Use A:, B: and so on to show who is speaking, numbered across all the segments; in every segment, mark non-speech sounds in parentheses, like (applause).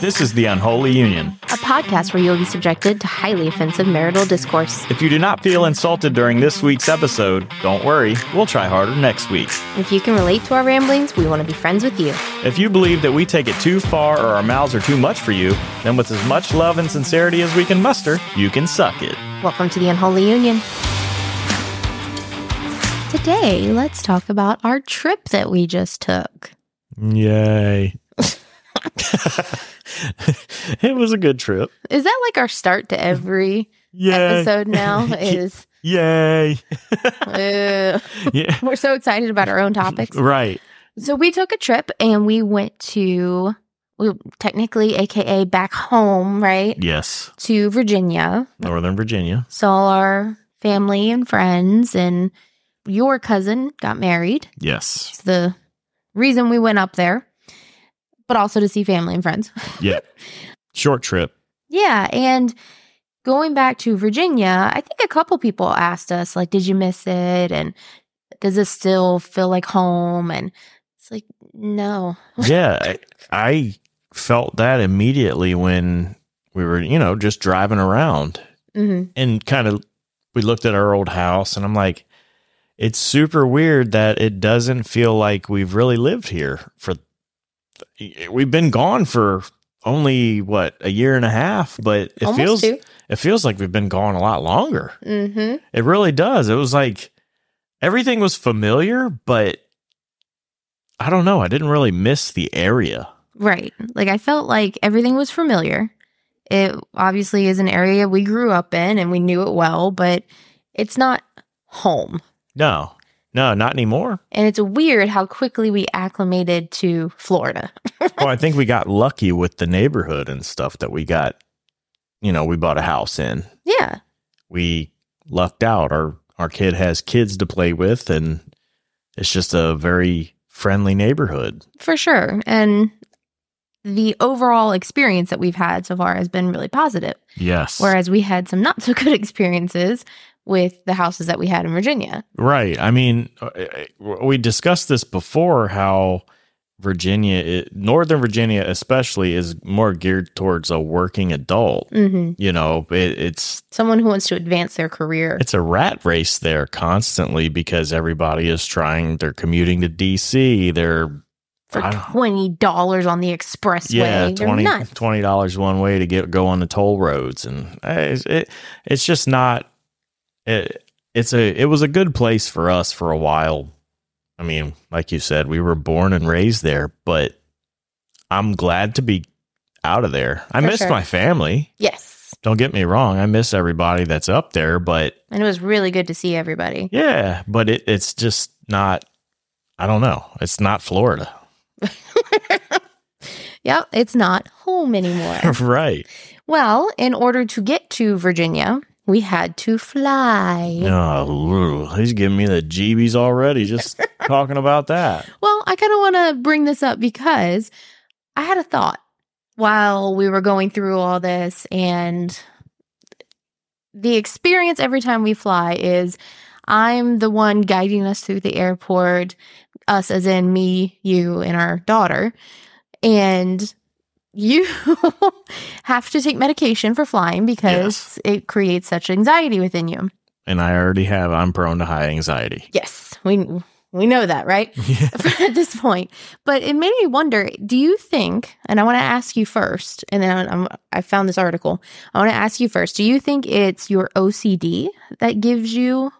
A: This is The Unholy Union.
B: a podcast where you'll be subjected to highly offensive marital discourse.
A: If you do not feel insulted during this week's episode, don't worry, we'll try harder next week.
B: If you can relate to our ramblings, we want to be friends with you.
A: If you believe that we take it too far or our mouths are too much for you, then with as much love and sincerity as we can muster, you can suck it.
B: Welcome to the Unholy Union. Today, let's talk about our trip that we just took.
A: Yay. (laughs) it was a good trip.
B: Is that like our start to every
A: Yay.
B: episode now? Is
A: Yay.
B: uh,
A: Yeah.
B: we're so excited about our own topics.
A: Right.
B: So we took a trip and we went to we technically aka back home, right?
A: Yes.
B: To Virginia.
A: Northern Virginia.
B: Saw our family and friends and your cousin got married.
A: Yes.
B: It's the reason we went up there. But also to see family and friends. (laughs)
A: Yeah. Short trip.
B: Yeah, and going back to Virginia, I think a couple people asked us like did you miss it and does it still feel like home and it's like no.
A: yeah, I, I felt that immediately when we were, you know, just driving around
B: Mhm.
A: and kind of we looked at our old house and I'm like, it's super weird that it doesn't feel like we've really lived here for we've been gone for only what a year and a half, but it feels it feels like we've been gone a lot longer.
B: Mm-hmm.
A: It really does. It was like everything was familiar, but I don't know. I didn't really miss the area.
B: Right. Like I felt like everything was familiar. It obviously is an area we grew up in and we knew it well, but it's not home.
A: No, no, not anymore.
B: And it's weird how quickly we acclimated to Florida.
A: well, I think we got lucky with the neighborhood and stuff that we got. You know, we bought a house in.
B: Yeah.
A: We lucked out. Our our kid has kids to play with, and it's just a very friendly neighborhood.
B: For sure. And the overall experience that we've had so far has been really positive.
A: Yes,
B: Whereas we had some not so (laughs) good experiences with the houses that we had in Virginia.
A: right. I mean, uh, uh, we discussed this before how Virginia, i- Northern Virginia especially, is more geared towards a working adult.
B: Mm-hmm.
A: You know, it, it's
B: Someone who wants to advance their career.
A: it's a rat race there constantly because everybody is trying they're commuting to dc they're
B: for
A: I don't-
B: twenty dollars on the expressway.
A: yeah
B: You're
A: 20
B: nuts.
A: dollars one way to get go on the toll roads and eh, it's, it, it's just not it, it's a it was a good place for us for a while i mean like you said we were born and raised there but i'm glad to be out of there i
B: For
A: miss
B: sure.
A: my family
B: Yes,
A: don't get me wrong i miss everybody that's up there but
B: and it was really good to see everybody.
A: Yeah, but it, it's just not. I don't know. It's not Florida, (laughs)
B: Yep, it's not
A: (laughs)
B: home anymore.
A: right?
B: well, in order to get to Virginia, we had to fly.
A: No, he's giving me the jeebies already.
B: (laughs)
A: Just talking about that.
B: Well, I kind of want to bring this up because I had a thought while we were going through all this, and the experience every time we fly is I'm the one guiding us through the airport, us as in me, you, and our daughter. And you (laughs) have to take medication for flying because it creates such anxiety within you.
A: And I already have. I'm prone to high anxiety.
B: Yes, we we know that, right?
A: Yeah.
B: (laughs) at this point. But it made me wonder do you think, and I want to ask you first, and then I'm, I found this article. I want to ask you first do you think it's your OCD that gives you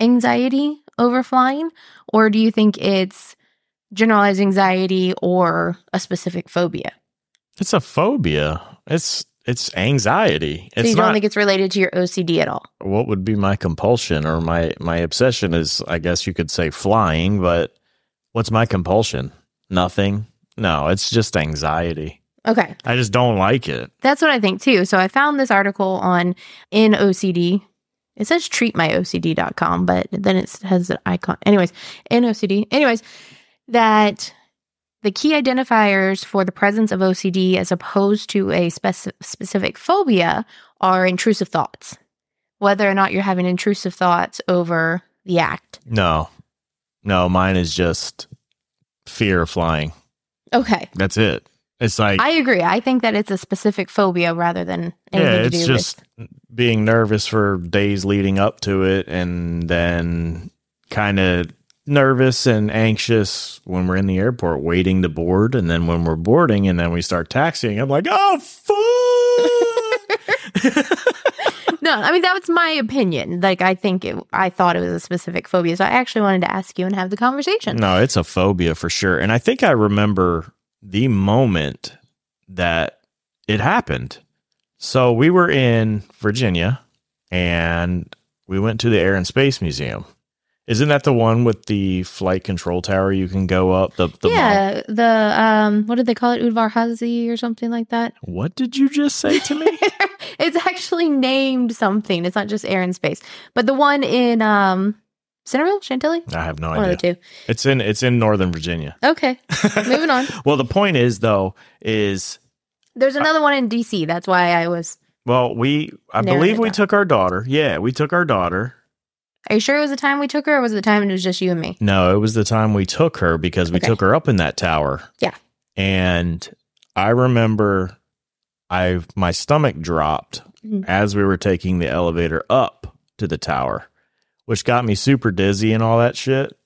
B: anxiety over flying, or do you think it's generalized anxiety or a specific phobia?
A: (laughs) It's a phobia. It's it's anxiety.
B: So
A: It's
B: you don't
A: not
B: think it's related to your OCD at all?
A: what would be my compulsion or my my obsession is. I guess you could say flying, but what's my compulsion? Nothing. No, it's just anxiety.
B: Okay.
A: I just don't like it.
B: That's what I think too. So I found this article on in OCD. It says treatmyocd.com, but then it has an icon. Anyways, in OCD. Anyways, that the key identifiers for the presence of OCD as opposed to a spec- specific phobia are intrusive thoughts. Whether or not you're having intrusive thoughts over the act.
A: No, no, mine is just fear of flying.
B: Okay.
A: That's it. It's like
B: I agree. I think that it's a specific phobia rather than anything
A: yeah,
B: to
A: it's
B: do
A: just
B: with.
A: being nervous for days leading up to it and then kind of nervous and anxious when we're in the airport waiting to board and then when we're boarding and then we start taxiing I'm like
B: (laughs)
A: oh fuck
B: No, I mean that was my opinion. Like I think it, I thought it was a specific phobia, so I actually wanted to ask you and have the conversation.
A: No, it's a phobia for sure. And I think I remember the moment that it happened. So we were in Virginia and we went to the Air and Space Museum. Isn't that the one with the flight control tower you can go up the, the mall?
B: yeah, the um, what did they call it, Udvar Hazy or something like that. (laughs)
A: What did you just say to me?
B: it's actually named something. It's not just air and space, but the one in um, Centerville, Chantilly,
A: I have no
B: one of the
A: idea.
B: two.
A: It's in it's in Northern Virginia.
B: Okay, (laughs) moving on.
A: (laughs) Well, the point is though is (laughs)
B: There's another one in DC. That's why I was.
A: well, we I
B: Narrowed
A: believe
B: it
A: we
B: down.
A: took our daughter. Yeah, we took our daughter
B: Are you sure it was the time we took her, or was it the time it was just you and me?
A: No, it was the time we took her because we
B: Okay.
A: took her up in that tower.
B: Yeah.
A: And I remember I my stomach dropped
B: Mhm.
A: as we were taking the elevator up to the tower, which got me super dizzy and all that shit.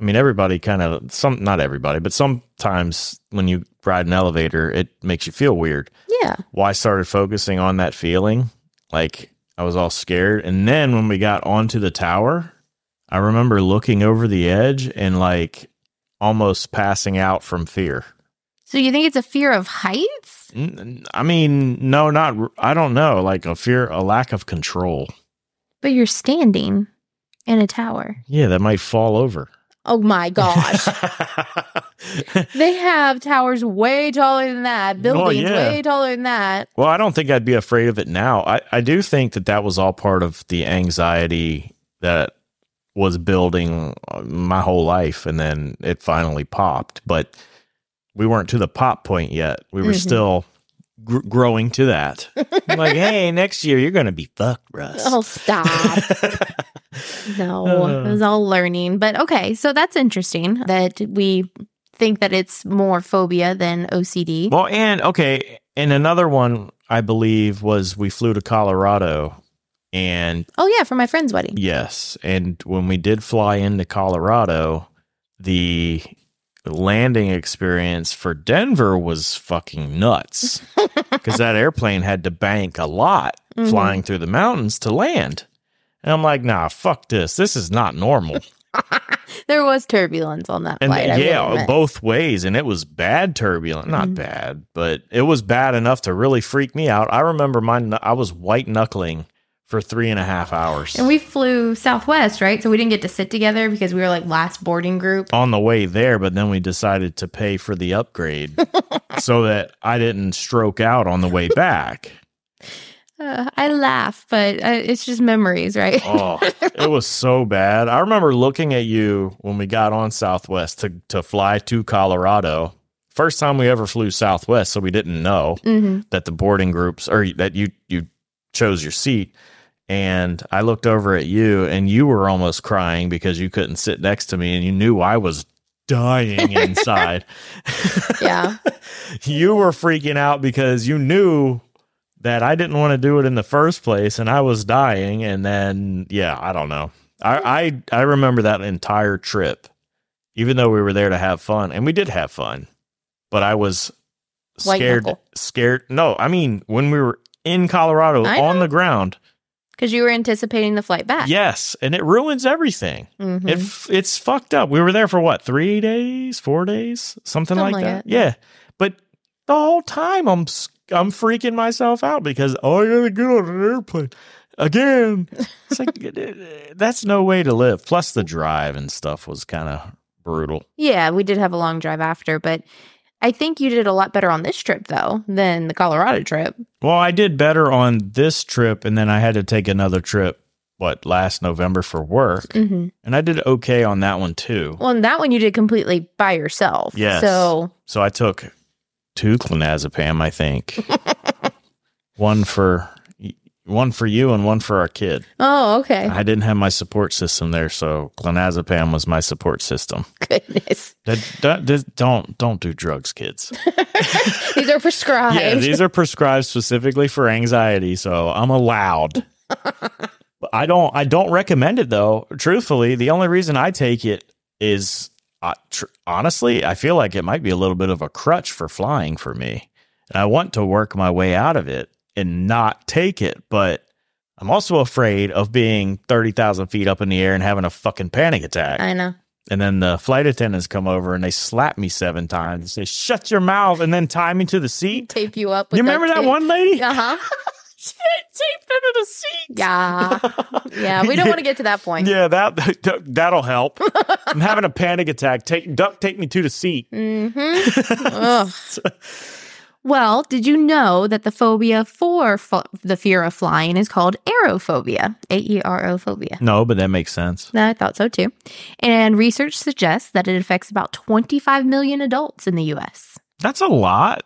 A: I mean, everybody kind of some not everybody, but sometimes when you ride an elevator, it makes you feel weird
B: Yeah.
A: well, I started focusing on that feeling. Like I was all scared. And then when we got onto the tower, I remember looking over the edge and like almost passing out from fear.
B: So you think it's a fear of heights?
A: N- I mean, no, not, r- I don't know, like a fear, a lack of control.
B: But you're standing in a tower.
A: Yeah, that might fall over.
B: Oh my gosh. they have towers way taller than that,
A: Well,
B: buildings
A: Oh, yeah.
B: way taller than that.
A: Well, I don't think I'd be afraid of it now. I, I do think that that was all part of the anxiety that was building uh, my whole life. And then it finally popped. But we weren't to the pop point yet. We were
B: Mhm.
A: still gr- growing to that. I'm like, hey, next year you're going to be fucked, Russ.
B: Oh,
A: (laughs)
B: stop. No, it
A: Uh.
B: was all learning. But okay, so that's interesting that we think that it's more phobia than OCD.
A: Well, and okay. And another one, I believe, was we flew to Colorado and
B: oh, yeah, for my friend's wedding.
A: Yes. And when we did fly into Colorado, the landing experience for Denver was fucking
B: (laughs)
A: nuts because that airplane had to bank a lot
B: Mhm.
A: flying through the mountains to land. And I'm like, nah, fuck this. This is not
B: (laughs)
A: normal.
B: There was turbulence on that
A: And
B: flight. I will
A: yeah,
B: admit.
A: both ways. And it was bad turbulent. Not
B: Mhm.
A: bad, but it was bad enough to really freak me out. I remember my, kn- I was white knuckling for three and a half hours.
B: And we flew Southwest, right? So we didn't get to sit together because we were like last boarding group.
A: on the way there, but then we decided to pay for the upgrade so that I didn't stroke out on the way back.
B: Uh, I laugh, but uh, it's just memories, right? (laughs)
A: Oh, (laughs) it was so bad. I remember looking at you when we got on Southwest to, to fly to Colorado. First time we ever flew Southwest, so we didn't know
B: hmm
A: that the boarding groups or that you you chose your seat. And I looked over at you and you were almost crying because you couldn't sit next to me and you knew I was dying inside.
B: Yeah.
A: you were freaking out because you knew that I didn't want to do it in the first place and I was dying and then yeah, I don't know. I I, I remember that entire trip. Even though we were there to have fun and we did have fun, but I was
B: White
A: scared
B: knuckle.
A: scared no, I mean when we were in Colorado
B: I
A: on the ground.
B: Because you were anticipating the flight back.
A: Yes, and it ruins everything.
B: Mhm.
A: It f it's fucked up. We were there for what three days, four days, something,
B: Something
A: like,
B: like
A: that.
B: that.
A: Yeah, but the whole time I'm s- I'm freaking myself out because oh, I gotta get on an airplane again.
B: (laughs)
A: It's like it- it- that's no way to live. Plus the drive and stuff was kind of brutal.
B: yeah, we did have a long drive after, but I think you did a lot better on this trip, though, than the Colorado trip.
A: Well, I did better on this trip, and then I had to take another trip. What last November for work,
B: hmm
A: and I did okay on that one too.
B: Well, and that one you did completely by yourself.
A: Yes.
B: So
A: So I took two clonazepam, I think. one for one for you and one for our kid.
B: Oh, okay.
A: I didn't have my support system there, so clonazepam was my support system.
B: (laughs) Goodness.
A: That, that, that- don't don't do drugs, kids.
B: These are prescribed.
A: Yeah, these are prescribed specifically for anxiety, so I'm allowed. I don't I don't recommend it though. Truthfully, the only reason I take it is uh, tr- honestly, I feel like it might be a little bit of a crutch for flying for me. And I want to work my way out of it and not take it, but I'm also afraid of being 30,000 feet up in the air and having a fucking panic attack.
B: (laughs) I know.
A: And then the flight attendants come over and they slap me seven times and say, shut your mouth, and then tie me to the seat.
B: Tape you up. With
A: You remember that one lady?
B: Uh huh.
A: She taped under the seat.
B: Yeah. Yeah. We don't want to get to that
A: (laughs)
B: point.
A: Yeah, that, that that'll help. I'm having a panic attack. Take duck, take me to the seat.
B: Mm-hmm. Ugh. well, did you know that the phobia for fo- the fear of flying is called aerophobia? A E R O phobia.
A: No, but that makes sense.
B: I thought so too. And research suggests that it affects about 25 million adults in the US.
A: That's a lot.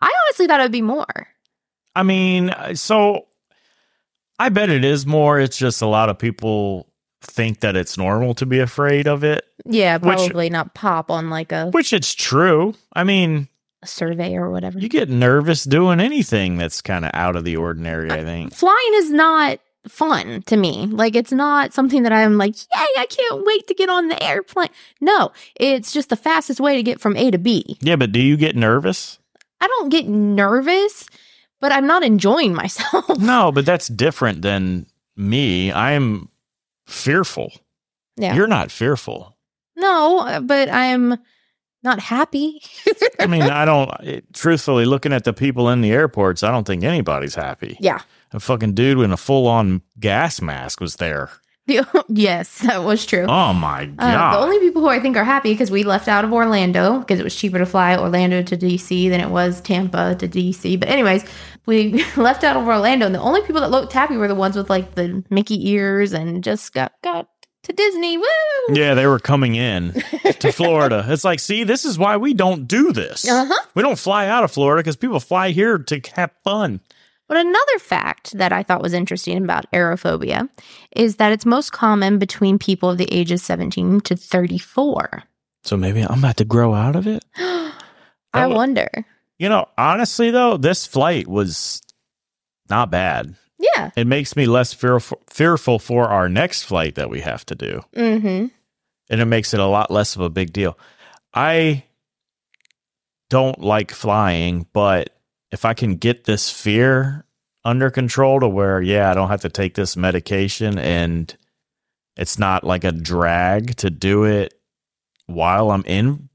B: I honestly thought it would be more.
A: I mean, uh, so I bet it is more. It's just a lot of people think that it's normal to be afraid of it,
B: Yeah,
A: Which-
B: probably not pop on like a,
A: which it's true. I mean,
B: a survey or whatever.
A: you get nervous doing anything that's kind of out of the ordinary, I think.
B: flying is not fun to me. Like it's not something that I'm like, yay, I can't wait to get on the airplane. No, it's just the fastest way to get from A to B.
A: Yeah, but do you get nervous?
B: I don't get nervous, but I'm not enjoying (laughs) myself.
A: No, but that's different than me. I'm fearful.
B: Yeah.
A: You're not fearful.
B: no, uh, but I'm not happy.
A: I mean, I don't, it, truthfully, looking at the people in the airports, I don't think anybody's happy.
B: Yeah.
A: A fucking dude in a full on gas mask was there.
B: The- (laughs) yes, that was true.
A: Oh my
B: Uh,
A: God.
B: The only people who I think are happy because we left out of Orlando because it was cheaper to fly Orlando to DC than it was Tampa to DC. But anyways, we (laughs) left out of Orlando, and the only people that looked happy were the ones with like the Mickey ears and just got got to Disney. Woo!
A: yeah, they were coming in to (laughs) Florida. It's like, see, this is why we don't do this.
B: Uh-huh.
A: We don't fly out of Florida because people fly here to have fun.
B: But another fact that I thought was interesting about aerophobia is that it's most common between people of the ages 17 to 34.
A: So maybe I'm about to grow out of it.
B: (gasps) I
A: wa-
B: wonder.
A: You know, honestly though, this flight was not bad.
B: Yeah.
A: It makes me less fearful fearful for our next flight that we have to do,
B: Mm-hmm.
A: and it makes it a lot less of a big deal. I don't like flying, but if I can get this fear under control to where, yeah, I don't have to take this medication and it's not like a drag to do it while I'm in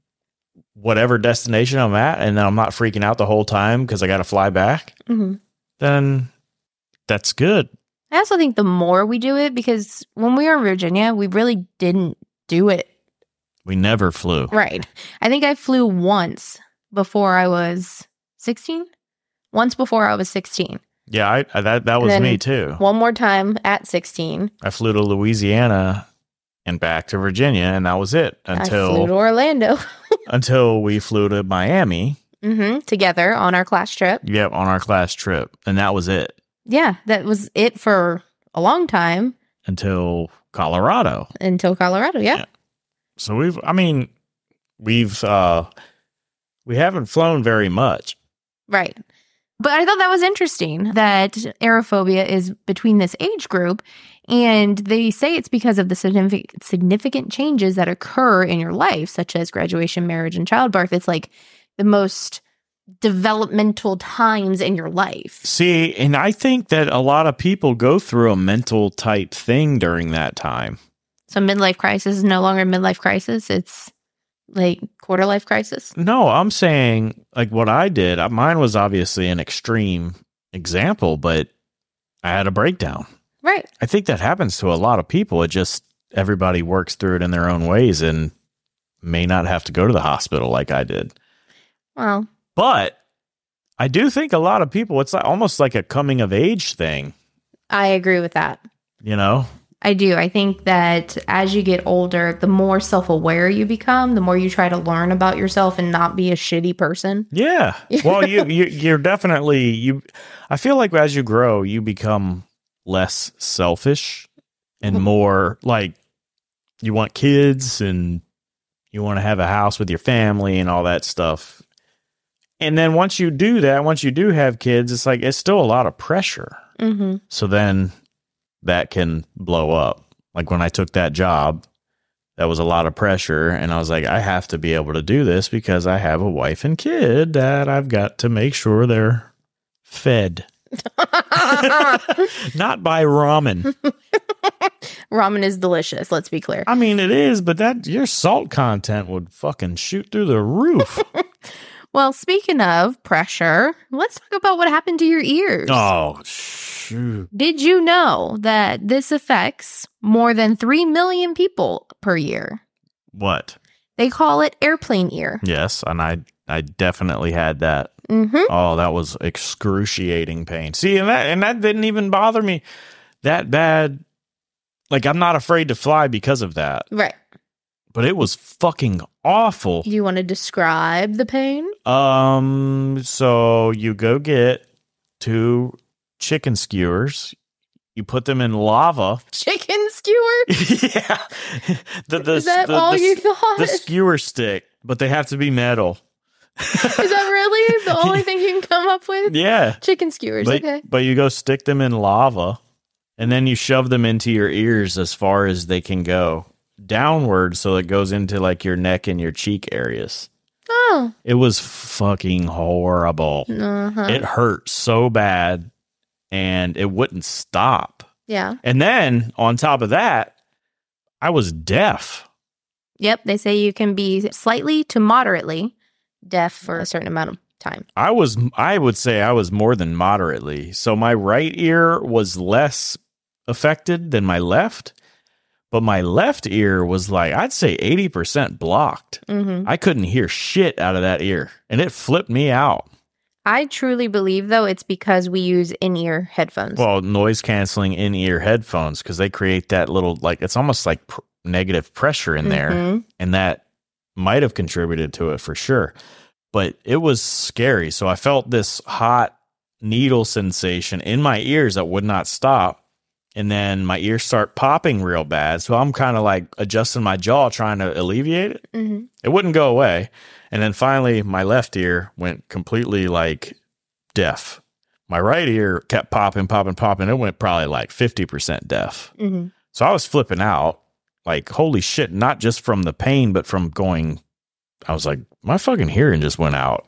A: whatever destination I'm at and then I'm not freaking out the whole time because I got to fly back,
B: Mm-hmm.
A: then that's good.
B: I also think the more we do it, because when we were in Virginia, we really didn't do it
A: We never flew.
B: right. I think I flew once before I was 16. Once before I was 16.
A: Yeah, I, I that that was
B: then-
A: me too.
B: One more time at 16.
A: I flew to Louisiana and back to Virginia, and that was it
B: I flew to
A: until
B: Orlando (laughs)
A: until we flew to Miami.
B: hmm together on our class trip.
A: Yep, on our class trip, and that was it
B: Yeah, that was it for a long time
A: until Colorado.
B: until Colorado. Yeah.
A: Yeah. So we've, I mean, we've uh we haven't flown very much.
B: Right. But I thought that was interesting that aerophobia is between this age group. And they say it's because of the significant, significant changes that occur in your life, such as graduation, marriage, and childbirth. It's like the most developmental times in your life.
A: See, and I think that a lot of people go through a mental type thing during that time.
B: So, midlife crisis is no longer midlife crisis, it's like quarter life crisis.
A: No, I'm saying like what I did. uh, Mine was obviously an extreme example, but I had a breakdown.
B: Right.
A: I think that happens to a lot of people. It just everybody works through it in their own ways and may not have to go to the hospital like I did.
B: Well,
A: But I do think a lot of people it's like- almost like a coming of age thing,
B: I agree with that.
A: you know?
B: I do. I think that as you get older, the more self aware you become, the more you try to learn about yourself and not be a shitty person.
A: Yeah. Well, you, you you're definitely you. I feel like as you grow, you become less selfish and more like you want kids and you want to have a house with your family and all that stuff. And then once you do that, once you do have kids, it's like it's still a lot of pressure.
B: Mm-hmm. (laughs)
A: So then that can blow up. Like when I took that job, that was a lot of pressure. And I was like, I have to be able to do this because I have a wife and kid that I've got to make sure they're fed. (laughs) Not by ramen.
B: Ramen is delicious. Let's be clear.
A: I mean, it is, but that your salt content would fucking shoot through the roof.
B: Well, speaking of pressure, let's talk about what happened to your ears.
A: oh, shoot.
B: Did you know that this affects more than 3 million people per year?
A: What?
B: They call it airplane ear.
A: Yes. And I, I definitely had that.
B: Mm-hmm.
A: Oh, that was excruciating pain. See, and that and that didn't even bother me that bad. Like I'm not afraid to fly because of that.
B: Right.
A: But it was fucking awful.
B: Do you want to describe the pain? (laughs)
A: Um so you go get two chicken skewers. You put them in lava. (laughs)
B: Chicken skewer?
A: yeah. The, the,
B: is that
A: the-
B: all
A: the-
B: you thought?
A: the skewer stick, but they have to be metal.
B: is that
A: (laughs)
B: really the only thing you can come up with?
A: Yeah.
B: Chicken skewers.
A: but,
B: okay.
A: but you go stick them in lava and then you shove them into your ears as far as they can go downward so it goes into like your neck and your cheek areas.
B: Oh.
A: It was fucking horrible.
B: Uh-huh.
A: It hurt so bad and it wouldn't stop.
B: yeah.
A: And then on top of that, I was deaf.
B: Yep. They say you can be slightly to moderately deaf for a certain amount of time.
A: I was I would say I was more than moderately. So my right ear was less affected than my left, but my left ear was like I'd say 80% blocked.
B: Mm-hmm.
A: I couldn't hear shit out of that ear and it flipped me out.
B: I truly believe, though, it's because we use in ear headphones.
A: Well, noise canceling in-ear headphones cuz they create that little like it's almost like pr- negative pressure in there
B: Mhm.
A: and that might have contributed to it for sure. But it was scary. So I felt this hot needle sensation in my ears that would not stop. And then my ears start popping real bad. So I'm kind of like adjusting my jaw, trying to alleviate it.
B: Mhm.
A: It wouldn't go away. And then finally, my left ear went completely like deaf. My right ear kept popping, popping, popping. It went probably like 50% deaf.
B: Mhm.
A: So I was flipping out, like, holy shit, not just from the pain, but from going, I was like, my fucking hearing just went out.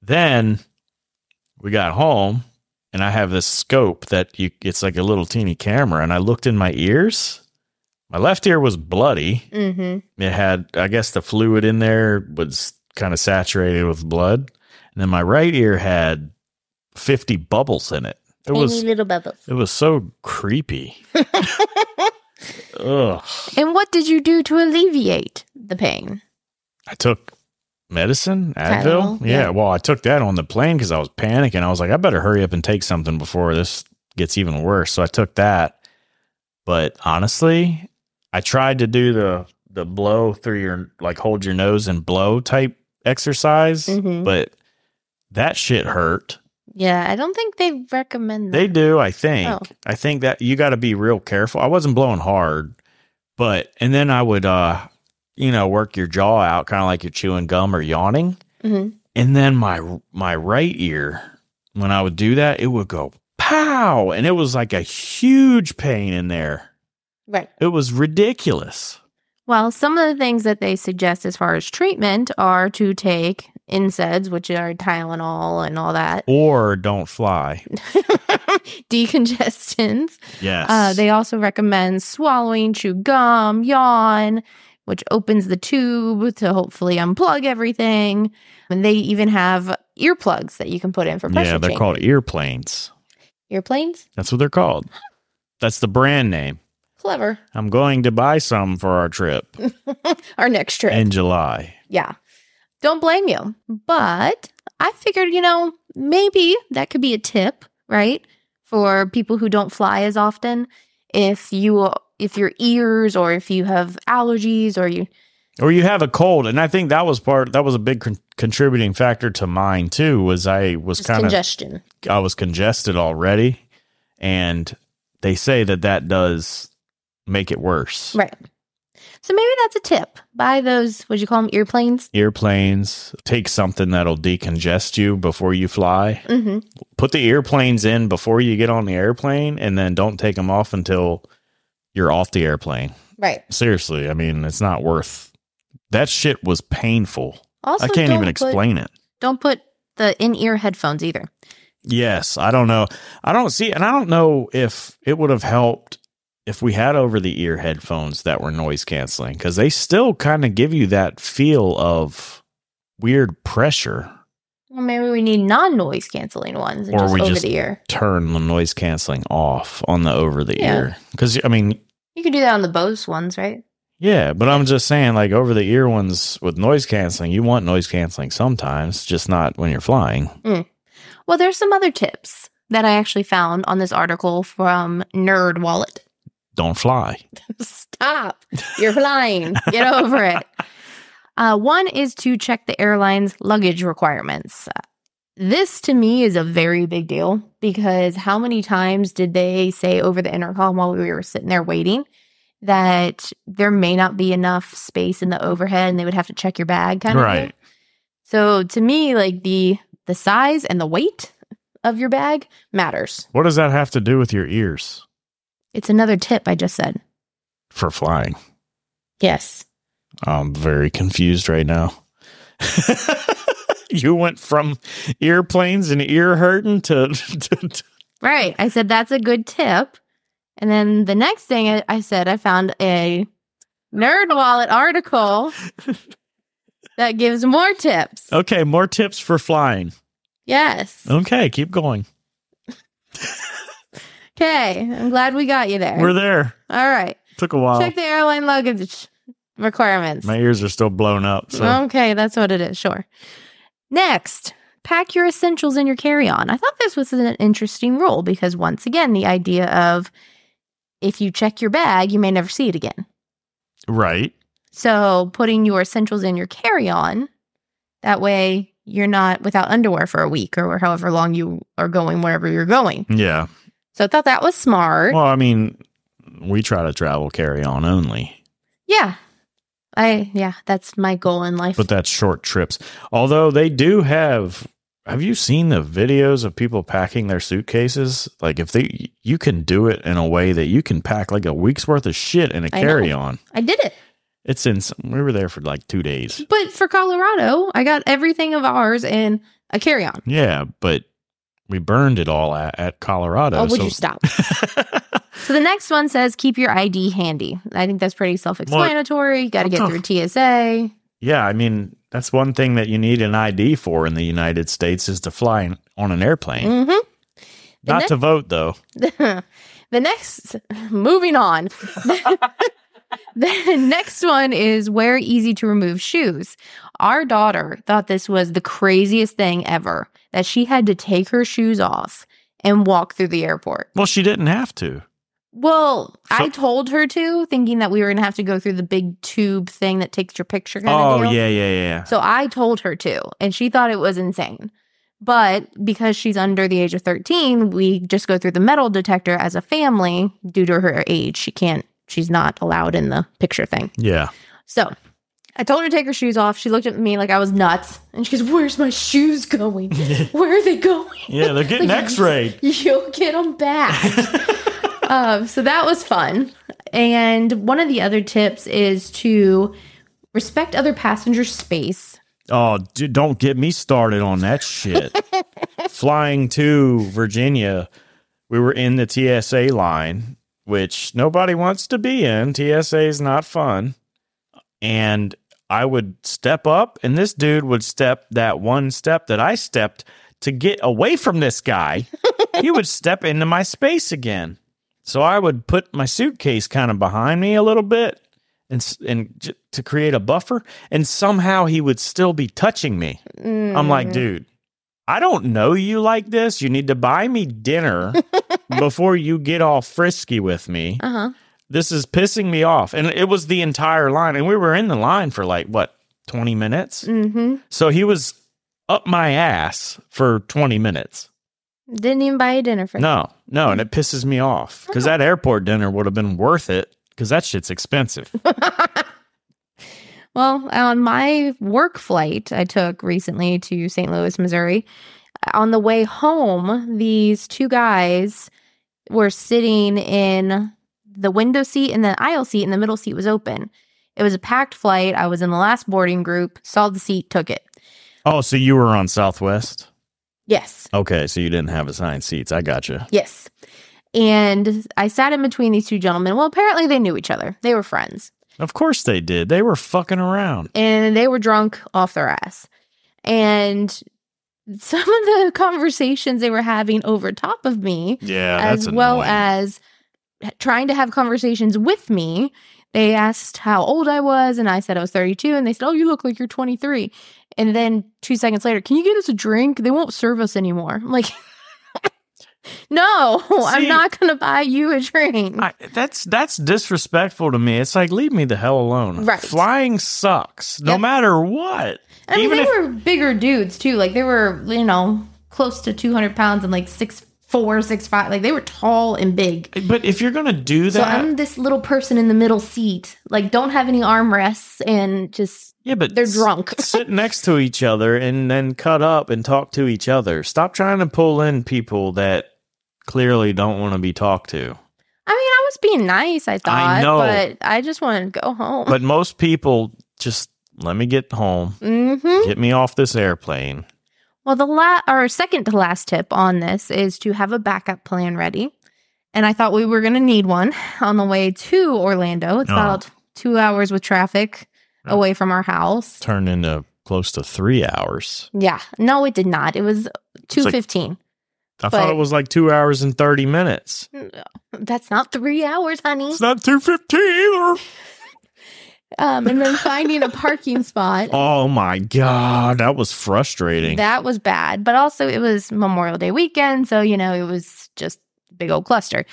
A: Then we got home and I have this scope that you, it's like a little teeny camera. And I looked in my ears. My left ear was bloody.
B: Mhm.
A: It had, I guess the fluid in there was kind of saturated with blood. And then my right ear had 50 bubbles in it. It
B: Tiny
A: was,
B: little bubbles.
A: it was so (laughs) creepy. Ugh.
B: And what did you do to alleviate the pain?
A: I took medicine, Advil.
B: Tylenol,
A: yeah.
B: yeah.
A: well, I took that on the plane because I was panicking. I was like, I better hurry up and take something before this gets even worse. So I took that. But honestly, I tried to do the the blow through your like hold your nose and blow type exercise,
B: Mhm.
A: but that shit hurt.
B: Yeah, I don't think they recommend that.
A: They do, I think.
B: Oh.
A: I think that you got to be real careful. I wasn't blowing hard, but and then I would uh you know, work your jaw out kind of like you're chewing gum or yawning.
B: hmm
A: And then my my right ear, when I would do that, it would go pow, and it was like a huge pain in there.
B: Right.
A: It was ridiculous.
B: Well, some of the things that they suggest as far as treatment are to take NSAIDs, which are Tylenol and all that, (laughs)
A: Or don't fly.
B: decongestants.
A: Yes.
B: Uh, they also recommend swallowing, chew gum, yawn, which opens the tube to hopefully unplug everything. And they even have earplugs that you can put in for pressure.
A: yeah, they're
B: change.
A: called earplanes.
B: earplanes.
A: That's what they're called. That's the brand name.
B: Clever.
A: I'm going to buy some for our trip
B: Our next trip.
A: in July.
B: Yeah. Don't blame you. But I figured, you know, maybe that could be a tip, right? For people who don't fly as often. If you if your ears or if you have allergies or you
A: or you have a cold and i think that was part that was a big con- contributing factor to mine too was i was
B: just
A: kind of
B: congestion.
A: i was congested already and they say that that does make it worse
B: Right. So maybe that's a tip. Buy those, would you call them earplanes?
A: earplanes take something that'll decongest you before you fly
B: Mm-hmm.
A: put the earplanes in before you get on the airplane and then don't take them off until you're off the airplane
B: Right.
A: seriously i mean it's not worth that shit was painful
B: Also,
A: i can't
B: don't
A: even
B: put-
A: explain it
B: Don't put the in ear headphones either.
A: Yes, I don't know. I don't see, and I don't know if it would have helped if we had over the ear headphones that were noise canceling because they still kind of give you that feel of weird pressure.
B: Well, maybe we need non noise canceling ones and
A: Or
B: just
A: we
B: over
A: just-
B: the ear.
A: Turn the noise canceling off on the over the ear because I mean,
B: You can do that on the Bose ones, right?
A: yeah, but I'm just saying, like over the ear ones with noise canceling, you want noise canceling sometimes, just not when you're flying.
B: Well, there's some other tips that I actually found on this article from Nerd Wallet.
A: Don't fly.
B: Stop. You're flying. Get over it. Uh, one is to check the airline's luggage requirements. Uh, This to me is a very big deal because how many times did they say over the intercom while we were sitting there waiting that there may not be enough space in the overhead and they would have to check your bag kind of thing?
A: Right.
B: So to me, like the the size and the weight of your bag matters.
A: What does that have to do with your ears
B: It's another tip I just said.
A: for flying?
B: Yes.
A: I'm very confused right now. (laughs) you went from earplanes and ear hurting to, (laughs) to, to-
B: Right. I said that's a good tip. And then the next thing I, I said, I found a Nerd
A: (laughs)
B: Wallet article that gives more tips.
A: okay. More tips for flying.
B: Yes.
A: Okay, keep going.
B: Okay. I'm glad we got you there.
A: We're there.
B: All right.
A: Took a while.
B: Check the airline luggage requirements.
A: My ears are still blown up. So
B: Okay. That's what it is. Sure. Next, pack your essentials in your carry on. I thought this was an interesting rule because, once again, the idea of if you check your bag, you may never see it again.
A: right,
B: So putting your essentials in your carry on, that way you're not without underwear for a week or however long you are going, wherever you're going.
A: yeah.
B: So I thought that was smart.
A: Well, I mean, we try to travel carry on only,
B: yeah. I, yeah, that's my goal in life.
A: but that's short trips. Although they do have. Have you seen the videos of people packing their suitcases? Like if they, you can do it in a way that you can pack like a week's worth of shit in a
B: I know.
A: carry on.
B: I did it.
A: It's in. We were there for like two days.
B: But for Colorado, I got everything of ours in a carry on.
A: Yeah, but we burned it all at, at Colorado.
B: Oh, would
A: so-
B: you stop? So the next one says keep your ID handy. I think that's pretty self explanatory. You got to
A: What
B: get
A: the
B: through TSA.
A: (laughs) yeah, I mean that's one thing that you need an ID for in the United States is to fly in- on an airplane,
B: Mm hmm.
A: not
B: next-
A: to vote though.
B: (laughs) the next
A: (laughs)
B: moving on the next one is wear easy to remove shoes our daughter thought this was the craziest thing ever that she had to take her shoes off and walk through the airport
A: Well, she didn't have to.
B: well i
A: So-
B: told her to thinking that we were going to have to go through the big tube thing that takes your picture kind
A: Oh
B: of deal.
A: yeah, yeah, yeah.
B: So I told her to, and she thought it was insane. But because she's under the age of 13, we just go through the metal detector as a family due to her age. She can't, she's not allowed in the picture thing.
A: yeah.
B: So I told her to take her shoes off. She looked at me like I was nuts, and she goes, Where's my shoes going? Where are they going? (laughs)
A: Yeah, they're getting
B: Like-
A: X-rayed.
B: (laughs) You'll get them back. um, so that was fun. And one of the other tips is to respect other passenger space
A: Oh, dude, don't get me started on that shit. Flying to Virginia, we were in the TSA line, which nobody wants to be in. TSA is not fun. And I would step up, and this dude would step that one step that I stepped to get away from this guy. he would step into my space again. So I would put my suitcase kind of behind me a little bit and s- and j- to create a buffer and somehow he would still be touching me. I'm
B: Mm. Mm-hmm.
A: like, dude, I don't know you like this. You need to buy me dinner before you get all frisky with me
B: Uh huh.
A: this is pissing me off. And it was the entire line. And we were in the line for like, what, 20 minutes?
B: Mm-hmm.
A: So he was up my ass for 20 minutes.
B: Didn't even buy you dinner for that.
A: No, no. And it pisses me off because that airport dinner would have been worth it because that shit's expensive.
B: well, on my work flight I took recently to St. Louis, Missouri, on the way home, these two guys were sitting in the window seat and the aisle seat, and the middle seat was open. It was a packed flight. I was in the last boarding group, saw the seat, took it.
A: Oh, so you were on Southwest?
B: Yes.
A: Okay, so you didn't have assigned seats. I gotcha.
B: Yes. And I sat in between these two gentlemen. Well, apparently they knew each other. They were friends.
A: Of course they did. They were fucking around.
B: And they were drunk off their ass. And some of the conversations they were having over top of me,
A: Yeah,
B: as well as trying to have conversations with me, they asked how old I was. And I said I was 32. And they said, Oh, you look like you're 23. And then two seconds later, can you get us a drink? They won't serve us anymore. I'm like, (laughs) No, I'm
A: See-
B: not going to buy you a drink.
A: I, that's that's disrespectful to me. It's like leave me the hell alone.
B: Right.
A: Flying sucks, no
B: Yep.
A: matter what.
B: I mean,
A: Even
B: they
A: if-
B: were bigger dudes too. Like they were, you know, close to 200 pounds and like six four, six five. Like they were tall and big.
A: But if you're gonna do
B: So
A: that,
B: I'm this little person in the middle seat. Like don't have any armrests and just
A: yeah, but
B: they're
A: s-
B: drunk. (laughs)
A: sit next to each other and then cut up and talk to each other. Stop trying to pull in people that clearly don't want to be talked to.
B: I mean, I was being nice. I thought,
A: know.
B: but I just wanted to go home.
A: But most people just let me get home,
B: hmm
A: get me off this airplane.
B: Well, the la- our second to last tip on this is to have a backup plan ready. And I thought we were going to need one (laughs) on the way to Orlando. It's
A: Oh.
B: about two hours with traffic
A: Yeah.
B: away from our house.
A: Turned into close to three hours.
B: Yeah. No, it did not. It was
A: like-
B: 215.
A: I thought
B: But-
A: it was like two hours and thirty minutes.
B: That's not 3 hours, honey.
A: It's not two fifteen either.
B: Um
A: (laughs)
B: and then finding a parking spot.
A: Oh my god, that was frustrating.
B: That was bad, but also it was Memorial Day weekend, so you know, it was just a big old cluster.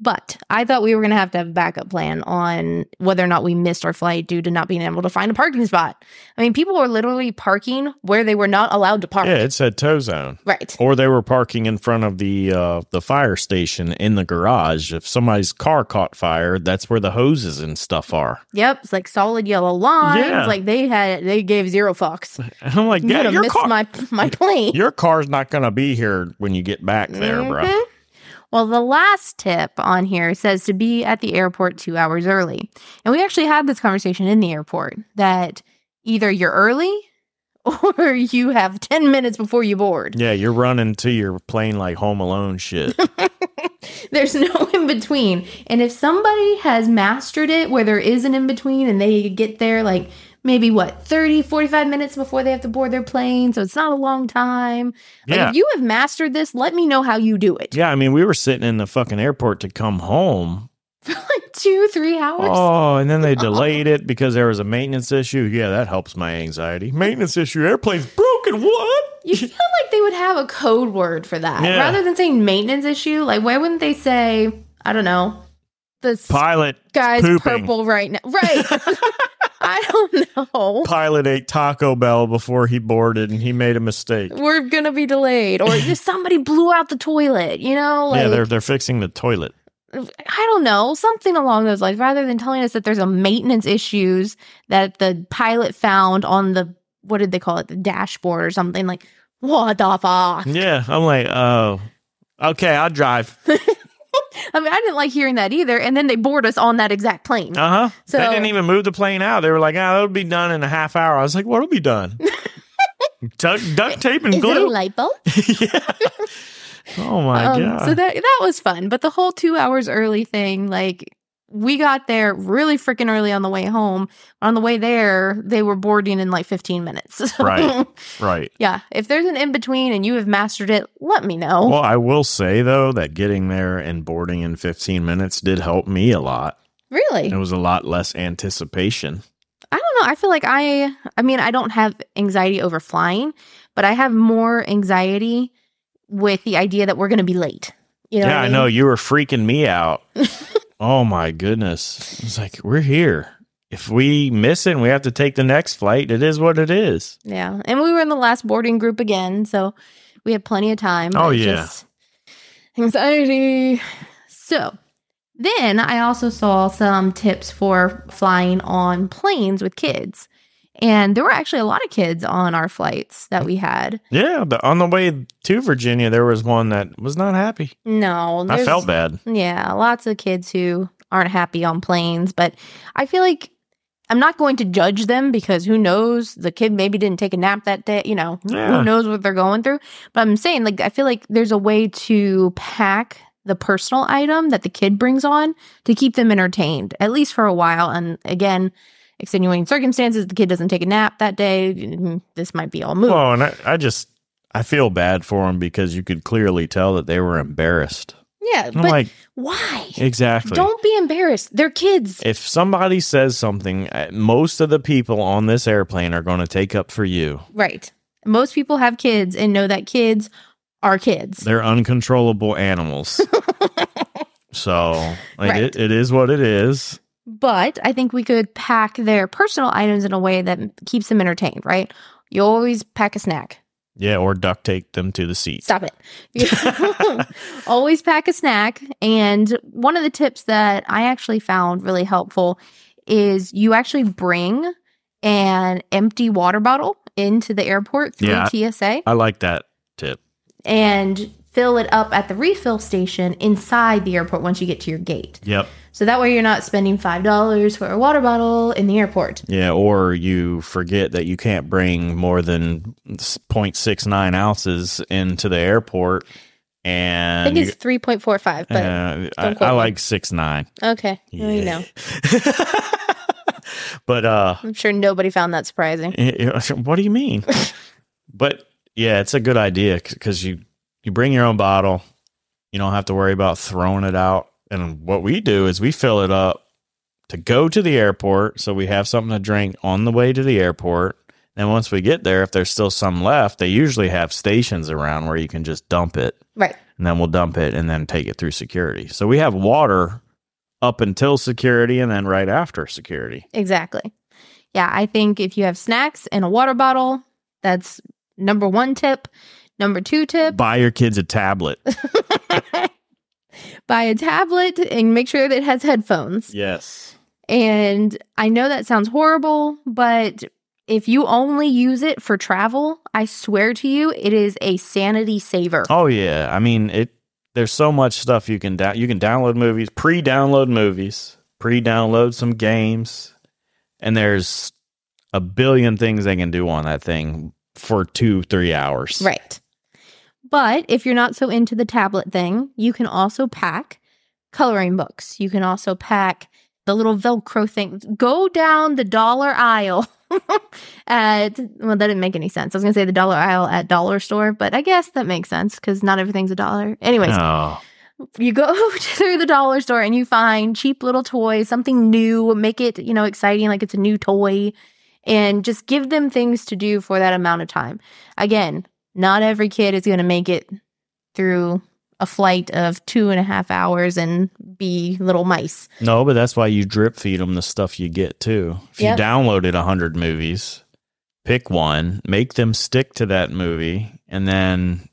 B: But I thought we were going to have to have a backup plan on whether or not we missed our flight due to not being able to find a parking spot. I mean, people were literally parking where they were not allowed to park.
A: yeah, it said tow zone.
B: right.
A: Or they were parking in front of the uh, the fire station in the garage. If somebody's car caught fire, that's where the hoses and stuff are.
B: Yep, it's like solid yellow lines.
A: Yeah.
B: Like they had they gave zero fucks.
A: And I'm like,
B: You
A: yeah,
B: done
A: your
B: missed
A: car,
B: my my plane.
A: your car's not gonna be here when you get back there, bro.
B: Mhm. Well, the last tip on here says to be at the airport two hours early. And we actually had this conversation in the airport that either you're early (laughs) or you have 10 minutes before you board.
A: Yeah, you're running to your plane like Home Alone shit. (laughs)
B: There's no (laughs) in between. And if somebody has mastered it where there is an in between and they get there like maybe what 30 45 minutes before they have to board their plane so it's not a long time like
A: Yeah.
B: if you have mastered this let me know how you do it
A: yeah, I mean, we were sitting in the fucking airport to come home.
B: like two three hours
A: Oh, and then they delayed it because there was a maintenance issue. Yeah, that helps my anxiety. Maintenance issue, airplane's broken. What? (laughs)
B: You feel like they would have a code word for that.
A: Yeah.
B: Rather than saying maintenance issue, like why wouldn't they say, I don't know, the
A: Pilot
B: guy's
A: pooping.
B: purple right now. Right. (laughs) I don't know.
A: Pilot ate Taco Bell before he boarded and he made a mistake.
B: We're gonna be delayed. Or just somebody blew out the toilet, you know? Like
A: yeah, they're they're fixing the toilet.
B: I don't know, something along those lines. Rather than telling us that there's a maintenance issues that the pilot found on the what did they call it? The dashboard or something like what the fuck?
A: Yeah, I'm like, oh, okay, I'll
B: (laughs)
A: drive.
B: I mean, I didn't like hearing that either. And then they board us on that exact plane.
A: Uh huh.
B: So-
A: they didn't even move the plane out. They were like, ah, that'll be done in a half hour. I was like, what'll be
B: (laughs)
A: done? Duck, duct tape and
B: Is it a
A: glue. (laughs)
B: light bulb?
A: yeah. Oh my
B: Um,
A: god.
B: so that that was fun, but the whole two hours early thing, like we got there really freaking early on the way home. On the way there, they were boarding in like fifteen minutes. (laughs) So,
A: Right. right.
B: yeah. If there's an in between and you have mastered it, let me know.
A: Well, I will say though that getting there and boarding in 15 minutes did help me a lot.
B: really,
A: It was a lot less anticipation.
B: I don't know. I feel like I. I mean, I don't have anxiety over flying, but I have more anxiety with the idea that we're going to be late. You know
A: yeah,
B: what
A: I
B: mean? (laughs)
A: know you were freaking me out Oh my goodness. It's like we're here. If we miss it and we have to take the next flight, it is what it is.
B: Yeah. And we were in the last boarding group again, so we had plenty of time.
A: Oh,
B: but
A: yeah.
B: just Anxiety. So then I also saw some tips for flying on planes with kids. And there were actually a lot of kids on our flights that we had.
A: Yeah, but on the way to Virginia, there was one that was not happy.
B: No,
A: I
B: there's-
A: felt bad.
B: Yeah, lots of kids who aren't happy on planes, but I feel like I'm not going to judge them because who knows? The kid maybe didn't take a nap that day, you know,
A: Yeah.
B: who knows what they're going through. But I'm saying, like, I feel like there's a way to pack the personal item that the kid brings on to keep them entertained, at least for a while. And again, extenuating circumstances, the kid doesn't take a nap that day. mm, This might be all moved.
A: Well, and I, I just I feel bad for them because you could clearly tell that they were embarrassed.
B: yeah,
A: And I'm
B: but
A: like,
B: why?
A: exactly.
B: Don't be embarrassed. They're kids.
A: if somebody says something, uh, most of the people on this airplane are going to take up for you.
B: Right. Most people have kids and know that kids are kids.
A: They're uncontrollable
B: (laughs)
A: animals. so, like
B: Right.
A: it, it is what it is.
B: But I think we could pack their personal items in a way that keeps them entertained, right? You always pack a snack.
A: Yeah, or duct tape them to the seat.
B: Stop it. (laughs) always pack a snack. And one of the tips that I actually found really helpful is you actually bring an empty water bottle into the airport through
A: Yeah.
B: TSA.
A: I like that tip.
B: and fill it up at the refill station inside the airport once you get to your gate.
A: Yep.
B: So that way you're not spending $5 for a water bottle in the airport.
A: Yeah, or you forget that you can't bring more than s- 0.69 ounces into the airport.
B: I
A: And
B: think it's 3.45,
A: you-
B: but
A: uh, I,
B: quote
A: I
B: me.
A: like six nine.
B: okay. You know,
A: (laughs) but uh,
B: I'm sure nobody found that surprising.
A: what do you mean? but yeah, it's a good idea because you you bring your own bottle. You don't have to worry about throwing it out. And what we do is we fill it up to go to the airport, so we have something to drink on the way to the airport. And once we get there, if there's still some left, they usually have stations around where you can just dump it,
B: Right.
A: and then we'll dump it and then take it through security. So we have water up until security and then right after security.
B: Exactly. Yeah, I think if you have snacks and a water bottle, that's number 1 tip. Number 2 tip,
A: Buy your kids a tablet.
B: buy a tablet and make sure that it has headphones.
A: yes.
B: And I know that sounds horrible, but if you only use it for travel, I swear to you, it is a sanity saver.
A: Oh yeah, I mean it. There's so much stuff you can down. You can download movies, pre-download movies, pre-download some games, and there's a billion things they can do on that thing for two, three hours.
B: Right. But if you're not so into the tablet thing, you can also pack coloring books. You can also pack the little Velcro thing. Go down the dollar aisle (laughs) at, well, that didn't make any sense. I was going to say the dollar aisle at dollar store, but I guess that makes sense because not everything's a dollar. Anyways,
A: Oh,
B: you go (laughs) through the dollar store and you find cheap little toys, something new, make it, you know, exciting like it's a new toy and just give them things to do for that amount of time. Again, not every kid is going to make it through a flight of two and a half hours and be little mice.
A: no, but that's why you drip feed them the stuff you get too. If
B: Yep.
A: you downloaded a hundred movies, pick one, make them stick to that movie, and then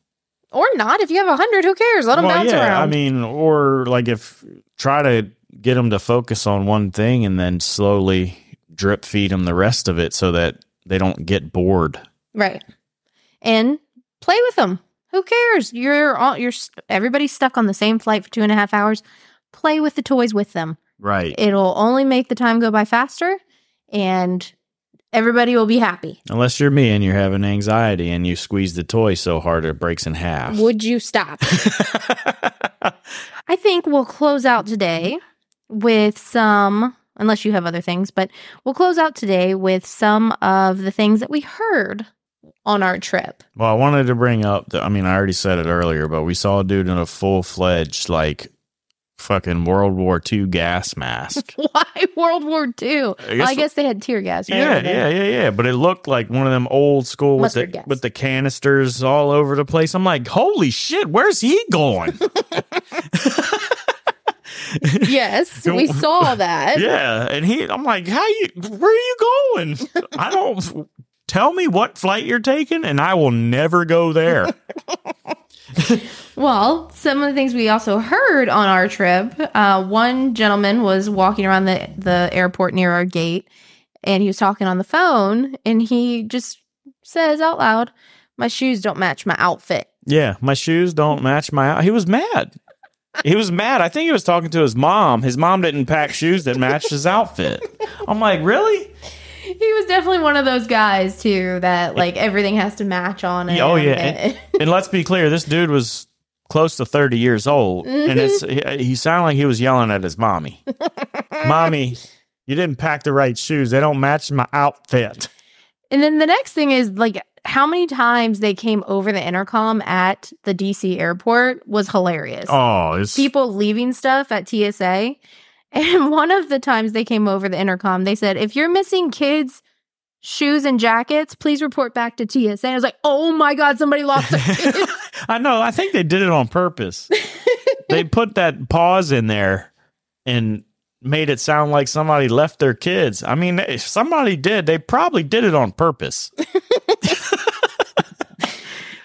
B: Or not. If you have a hundred, who cares? Let them bounce around.
A: I mean, or like if try to get them to focus on one thing and then slowly drip feed them the rest of it so that they don't get bored.
B: right. And play with them. Who cares? You're all, you're, st- everybody's stuck on the same flight for two and a half hours. Play with the toys with them.
A: Right.
B: it'll only make the time go by faster and everybody will be happy.
A: Unless you're me and you're having anxiety and you squeeze the toy so hard it breaks in half.
B: Would you
A: (laughs)
B: stop? I think we'll close out today with some, unless you have other things, but we'll close out today with some of the things that we heard on our trip. (laughs)
A: well, I wanted to bring up the, I mean, I already said it earlier, but we saw a dude in a full fledged, like, fucking World War II gas mask.
B: Why World War II?
A: I
B: Well, I guess they had tear gas. Right?
A: Yeah, yeah, yeah, yeah. But it looked like one of them old school with the,
B: Mustard gas.
A: with the canisters all over
B: (laughs)
A: the place. I'm like, holy shit, where's he going?
B: Yes,
A: (laughs)
B: we saw that.
A: Yeah, and he, I'm like, how you? Where are you going? I don't. Tell me what flight you're taking, and I will never go
B: (laughs)
A: there.
B: Well, some of the things we also heard on our trip, uh, one gentleman was walking around the, the airport near our gate and he was talking on the phone and he just says out loud, My shoes don't match my outfit.
A: yeah, my shoes don't match my. He was mad. He was mad. I think he was talking to his mom. His mom didn't pack shoes that matched his outfit. I'm like, really?
B: He was definitely one of those guys too that like everything has to match on it.
A: Oh, yeah. And let's be clear, this dude was close to 30 years old, and it's
B: Mm-hmm.
A: he, he sounded like he was yelling at his
B: (laughs)
A: mommy. mommy, you didn't pack the right shoes. They don't match my
B: (laughs)
A: outfit.
B: (laughs) And then the next thing is like how many times they came over the intercom at the DC airport was hilarious.
A: Oh, it's
B: people leaving stuff at TSA. And one of the times they came over the intercom, they said, if you're missing kids' shoes and jackets, please report back to TSA. And I was like, oh my God,
A: (laughs)
B: somebody lost their kids.
A: I know. I think they did it on
B: (laughs)
A: purpose. they put that pause in there and made it sound like somebody left their kids. I mean, if somebody did, they probably did it on
B: (laughs)
A: purpose.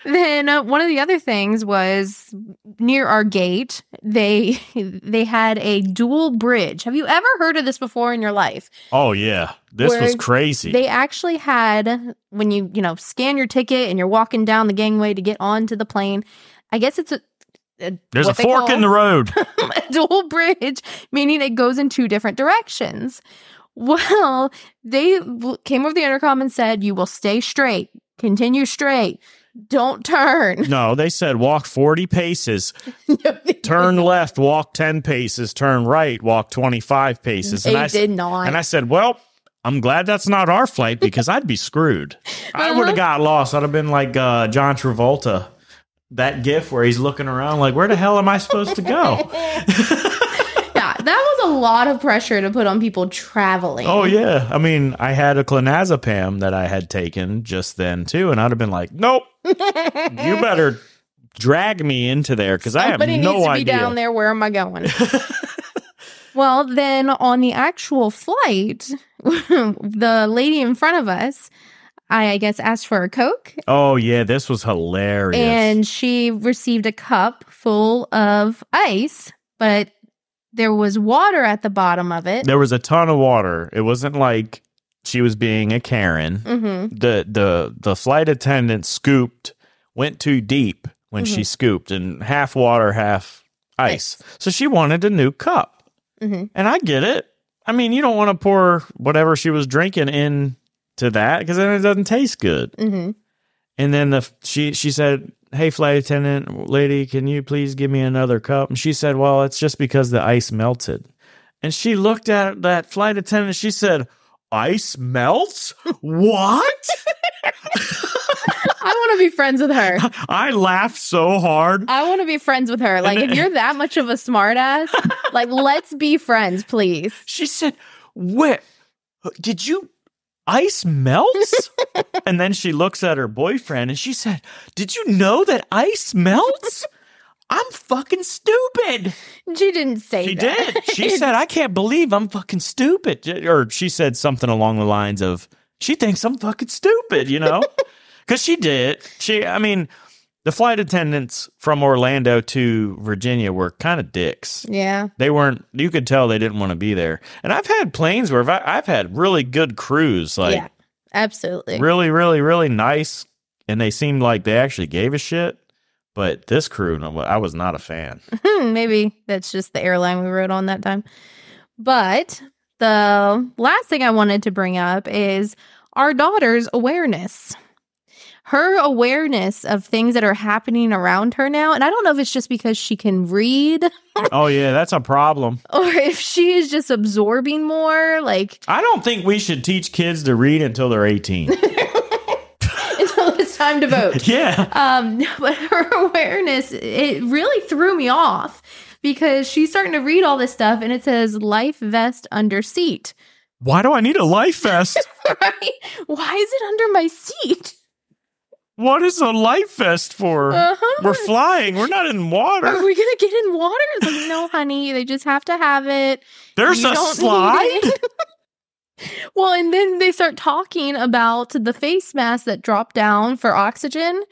B: then uh, one of the other things was near our gate, they they had a dual bridge. Have you ever heard of this before in your life?
A: Oh yeah, this was
B: Word.
A: crazy.
B: They actually had when you you know scan your ticket and you're walking down the gangway to get onto the plane. I guess it's a, a
A: There's
B: what
A: a
B: they
A: fork
B: call-
A: in the
B: (laughs)
A: road.
B: a dual bridge, meaning it goes in two different directions. Well, they w- came over the intercom and said, You will stay straight, continue straight, don't turn. (laughs)
A: no, they said walk 40 paces, turn left, walk 10 paces, turn right, walk 25 paces.
B: they
A: And I, s-
B: did not.
A: and I said, well, I'm glad that's not our flight because I'd be
B: (laughs)
A: screwed. I would
B: Uh-huh.
A: have got lost. I'd have been like uh, John Travolta, that gif where he's looking around like, where the hell am I supposed to
B: (laughs)
A: go?
B: yeah, that was a lot of pressure to put on people traveling.
A: oh, yeah. I mean, I had a clonazepam that I had taken just then too. And I'd have been like,
B: (laughs)
A: nope, you better drag me into there because I have
B: Somebody
A: no
B: needs to
A: idea.
B: be down there. Where am
A: (laughs)
B: I going? well, then on the actual flight, (laughs) the lady in front of us, I, I guess, asked for a Coke
A: Oh yeah, this was hilarious.
B: and she received a cup full of ice, but there was water at the bottom of it.
A: there was a ton of water. It wasn't like she was being a Karen.
B: hmm
A: The the the flight attendant scooped went too deep when she scooped and half water, half ice. So she wanted a new cup.
B: hmm
A: And I get it. I mean, you don't want to pour whatever she was drinking in to that because then it doesn't taste good.
B: hmm
A: And then the she she said, "Hey, flight attendant lady, can you please give me another cup?" And she said, "Well, it's just because the ice melted." And she looked at that flight attendant. She said, "Ice melts? what?" (laughs)
B: I want to be friends with her.
A: I laughed so hard.
B: (laughs) I want to be friends with her. Like, if you're that much of a (laughs) smartass, like, let's be friends, please.
A: She said, "Where did you?" Ice melts? and then she looks at her boyfriend and she said, Did you know that ice melts? I'm fucking stupid.
B: She didn't say
A: She
B: that.
A: did. She said, I can't believe I'm fucking stupid. Or she said something along the lines of, she thinks I'm fucking stupid, you know? Because she did. She, I mean, the flight attendants from Orlando to Virginia were kind of dicks.
B: (laughs) Yeah.
A: They weren't, you could tell they didn't want to be there. And I've had planes where I've, I've had really good crews, like
B: yeah. Absolutely.
A: really, really, really nice. And they seemed like they actually gave a shit. But this crew, no, I was not a fan.
B: Hmm, maybe that's just the airline we rode on that time. But the last thing I wanted to bring up is our daughter's awareness. Her awareness of things that are happening around her now. And I don't know if it's just because she can read (laughs)
A: oh, yeah, that's a problem.
B: or if she is just absorbing more, like (laughs)
A: I don't think we should teach kids to read until they're 18.
B: until it's time to vote.
A: (laughs) yeah.
B: Um, but her (laughs) awareness, it really threw me off because she's starting to read all this stuff and it says life vest under seat.
A: Why do I need a life vest?
B: right? Why is it under my seat?
A: What is a life vest for?
B: Uh-huh.
A: We're flying. We're not in
B: Are
A: water.
B: we gonna get in water? It's like, no, honey, they just have to have it.
A: There's
B: You
A: a
B: don't need
A: slide.
B: it. (laughs) well, and then they start talking about the face mask that dropped down for oxygen.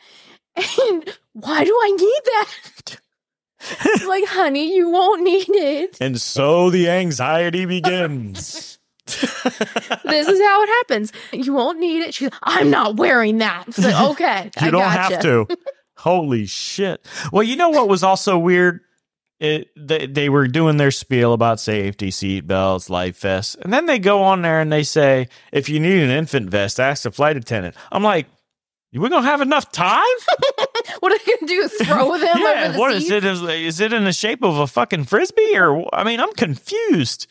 B: And why do
A: (laughs)
B: I need that? like, honey, you won't need it.
A: And so the anxiety (laughs) begins. you
B: This is how it happens. You won't need it. She's, I'm not wearing that.
A: (laughs)
B: It's like, okay, I
A: don't
B: gotcha.
A: have
B: (laughs)
A: to. Holy shit. Well, you know what was also weird? It, they, they were doing their spiel about safety, seat belts, life vests. And then they go on there and they say, if you need an infant vest, ask the flight attendant. I'm like, we're going to have enough time?
B: What are you gonna do? Throw
A: (laughs)
B: them over the
A: what
B: seat?
A: is it? Is, is it in the shape of a fucking frisbee? Or I mean, I'm confused.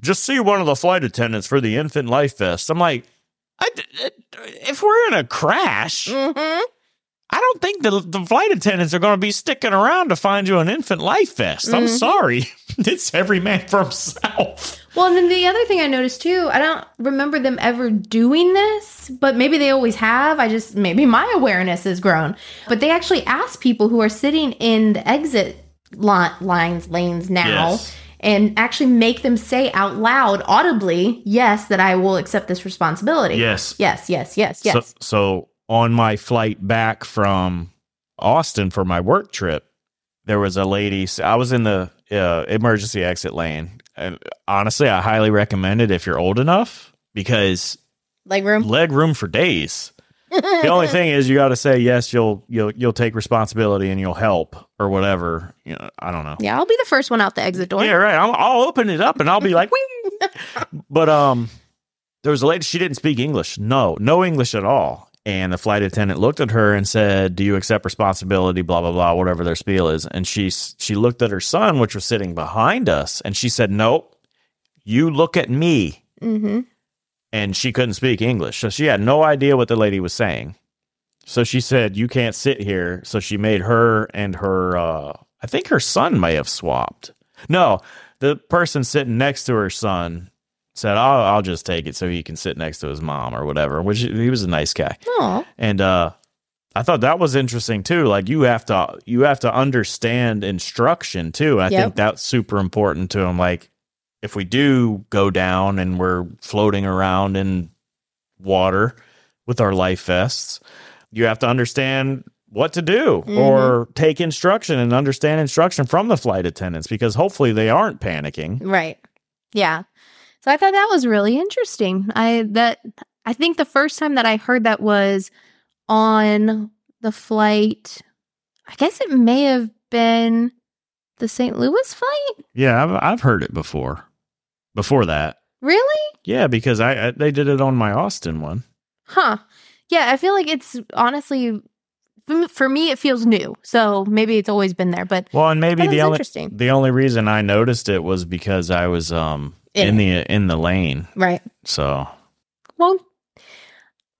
A: Just see one of the flight attendants for the infant life vest. I'm like, I, if we're in a crash,
B: Mhm.
A: I don't think the, the flight attendants are going to be sticking around to find you an infant life vest. I'm
B: Mhm.
A: sorry, (laughs) it's every man for himself.
B: Well, and then the other thing I noticed too, I don't remember them ever doing this, but maybe they always have. I just, maybe my awareness has grown. But they actually ask people who are sitting in the exit li- lines, lanes now,
A: Yes.
B: and actually make them say out loud, audibly, yes, that I will accept this responsibility.
A: Yes,
B: Yes, yes, yes, yes.
A: So, so on my flight back from Austin for my work trip, there was a lady. so I was in the uh, emergency exit lane, and honestly, I highly recommend it if you're old enough because
B: Leg room.
A: leg room for days. The only thing is, you got to say yes. You'll you'll you'll take responsibility and you'll help or whatever. You know, I don't know.
B: yeah, I'll be the first one out the exit door.
A: Yeah, right. I'll, I'll open it up and I'll be like, "Wing." but um, there was a lady. She didn't speak English. No, no English at all. And the flight attendant looked at her and said, "Do you accept responsibility?" Blah blah blah. Whatever their spiel is. And she s- she looked at her son, which was sitting behind us, and she said, "Nope, you look at me."
B: Mm-hmm.
A: And she couldn't speak English, so she had no idea what the lady was saying. So she said, "You can't sit here." So she made her and her, uh, I think her son may have swapped. No, the person sitting next to her son said, "I'll, I'll just take it so he can sit next to his mom or whatever." Which he was a nice guy,
B: Oh,
A: and uh, I thought that was interesting too. Like you have to you have to understand instruction too. I
B: Yep.
A: think that's super important to him. Like if we do go down and we're floating around in water with our life vests, you have to understand what to do
B: Mm-hmm.
A: or take instruction and understand instruction from the flight attendants because hopefully they aren't panicking.
B: Right. Yeah. So I thought that was really interesting. I that I think the first time that I heard that was on the flight. I guess it may have been the St. Louis flight.
A: Yeah, I've I've heard it before. Before that.
B: Really?
A: Yeah, because I, I they did it on my Austin one.
B: Huh. Yeah, I feel like it's honestly for me it feels new. So maybe it's always been there, but
A: Well, and maybe
B: that was
A: the only
B: interesting.
A: The only reason I noticed it was because I was um
B: In
A: in, the in the lane.
B: Right.
A: So
B: Well,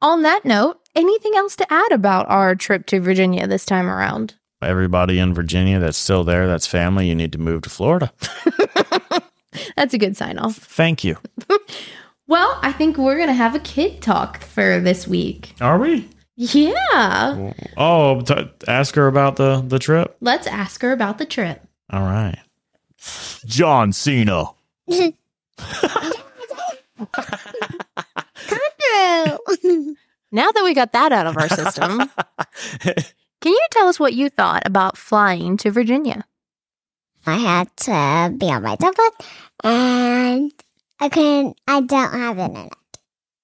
B: on that note, anything else to add about our trip to Virginia this time around?
A: everybody in Virginia that's still there, that's family, you need to move to Florida.
B: (laughs) That's a good sign off.
A: Thank you.
B: Well, I think we're going to have a kid talk for this week.
A: Are we?
B: Yeah.
A: Oh, t- ask her about the the trip.
B: Let's ask her about the trip.
A: All right. John Cena.
B: (laughs) now that we got that out of our system, (laughs) can you tell us what you thought about flying to Virginia?
C: I had to be on my tablet, and I couldn't. I don't have internet.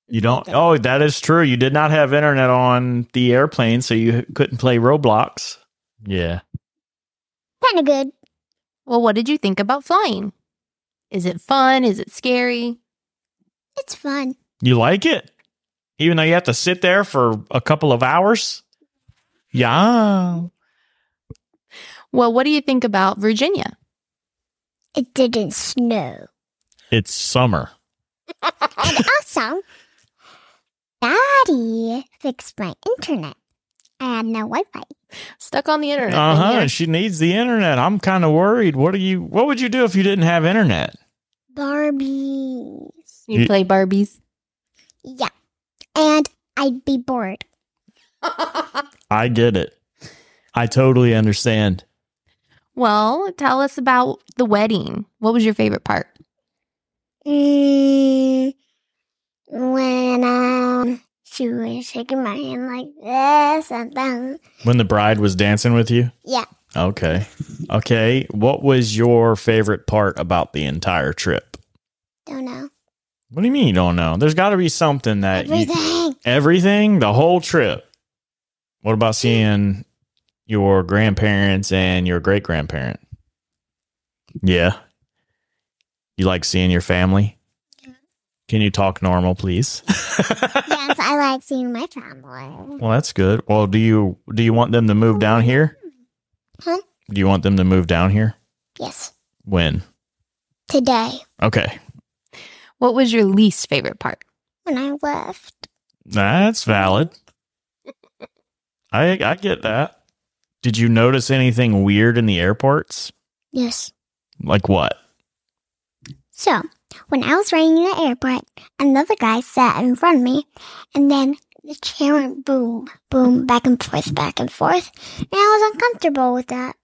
A: You don't. Oh, that is true. You did not have internet on the airplane, so you couldn't play Roblox. Yeah.
C: Kind of good.
B: Well, what did you think about flying? Is it fun? Is it scary?
C: It's fun.
A: You like it? Even though you have to sit there for a couple of hours? Yeah.
B: Well, what do you think about Virginia?
C: It didn't snow.
A: It's summer.
C: And also, Daddy fixed my internet. I had no Wi-Fi.
B: Stuck on the internet. thing
A: Uh huh.
B: here.
A: She needs the internet. I'm kind of worried. What do you? What would you do if you didn't have internet?
C: Barbies.
B: You
A: You-
B: (laughs) play Barbies.
C: Yeah, and I'd be bored.
A: I get it. I totally understand.
B: well, tell us about the wedding. What was your favorite part?
C: Mm, when um, she was shaking my hand like this and then
A: When the bride was dancing with you?
C: Yeah.
A: Okay. Okay. What was your favorite part about the entire trip?
C: don't know
A: What do you mean you don't know? There's got to be something that Uh, you,
C: everything.
A: everything, the whole trip. What about seeing your grandparents and your great grandparent? Yeah. You like seeing your family? Can you talk normal, please?
C: yes, I like seeing my family. Mm-hmm.
A: Well, that's good. Well, do you do you want them to move down here?
C: Huh?
A: Do you want them to move down here?
C: Yes,
A: When?
C: today
A: Okay.
B: What was your least favorite part?
C: when I left,
A: That's valid. I I get that. Did you notice anything weird in the airports?
C: yes.
A: Like what?
C: So when I was riding in the airport, another guy sat in front of me, and then the chair went boom, boom, back and forth, back and forth, and I was uncomfortable with that.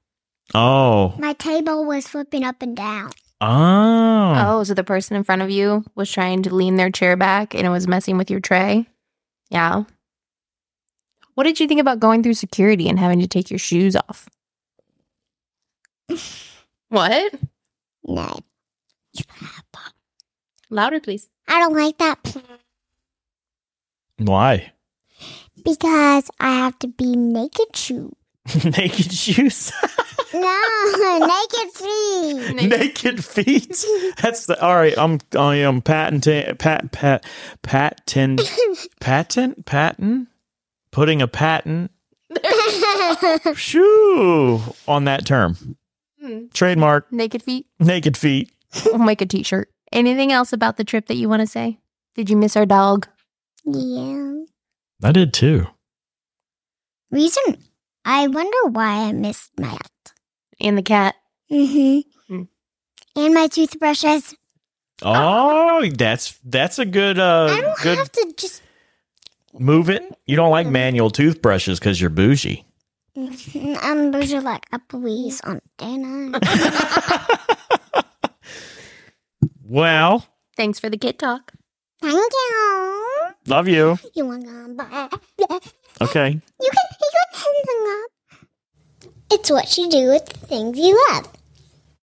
A: Oh.
C: My table was flipping up and down.
A: Oh.
B: Oh, so the person in front of you was trying to lean their chair back and it was messing with your tray? Yeah. What did you think about going through security and having to take your shoes off? (laughs) What?
C: No,
B: Louder, please.
C: I don't like that plan
A: Why?
C: because I have to be naked shoes.
A: (laughs) Naked shoes.
C: No, (laughs) naked feet.
B: Naked-
A: (laughs) Naked feet. That's the all right. I'm I am patenting pat pat patent (laughs) patent patent putting a patent shoo on that term
B: Hmm.
A: trademark
B: Naked feet.
A: naked feet
B: We'll make a t shirt. Anything else about the trip that you want to say? Did you miss our dog?
C: (laughs) yeah.
A: i did too
C: Reason I wonder why I missed my
B: And the cat?
C: Mm-hmm.
A: Hmm.
B: Mm.
C: And my toothbrushes.
A: oh that's that's a good
C: I
A: uh
C: don't
A: good
C: have Mm. to just. (laughs)
A: move it you don't like manual toothbrushes because you're
C: (laughs)
A: bougie
C: I'm usually like a police on
A: (laughs)
C: day nine.
A: well
B: Thanks for the kid talk.
C: Thank you.
A: love you
C: You want to buy? You can.
A: okay
C: You can hang up. It's what you do with the things you love.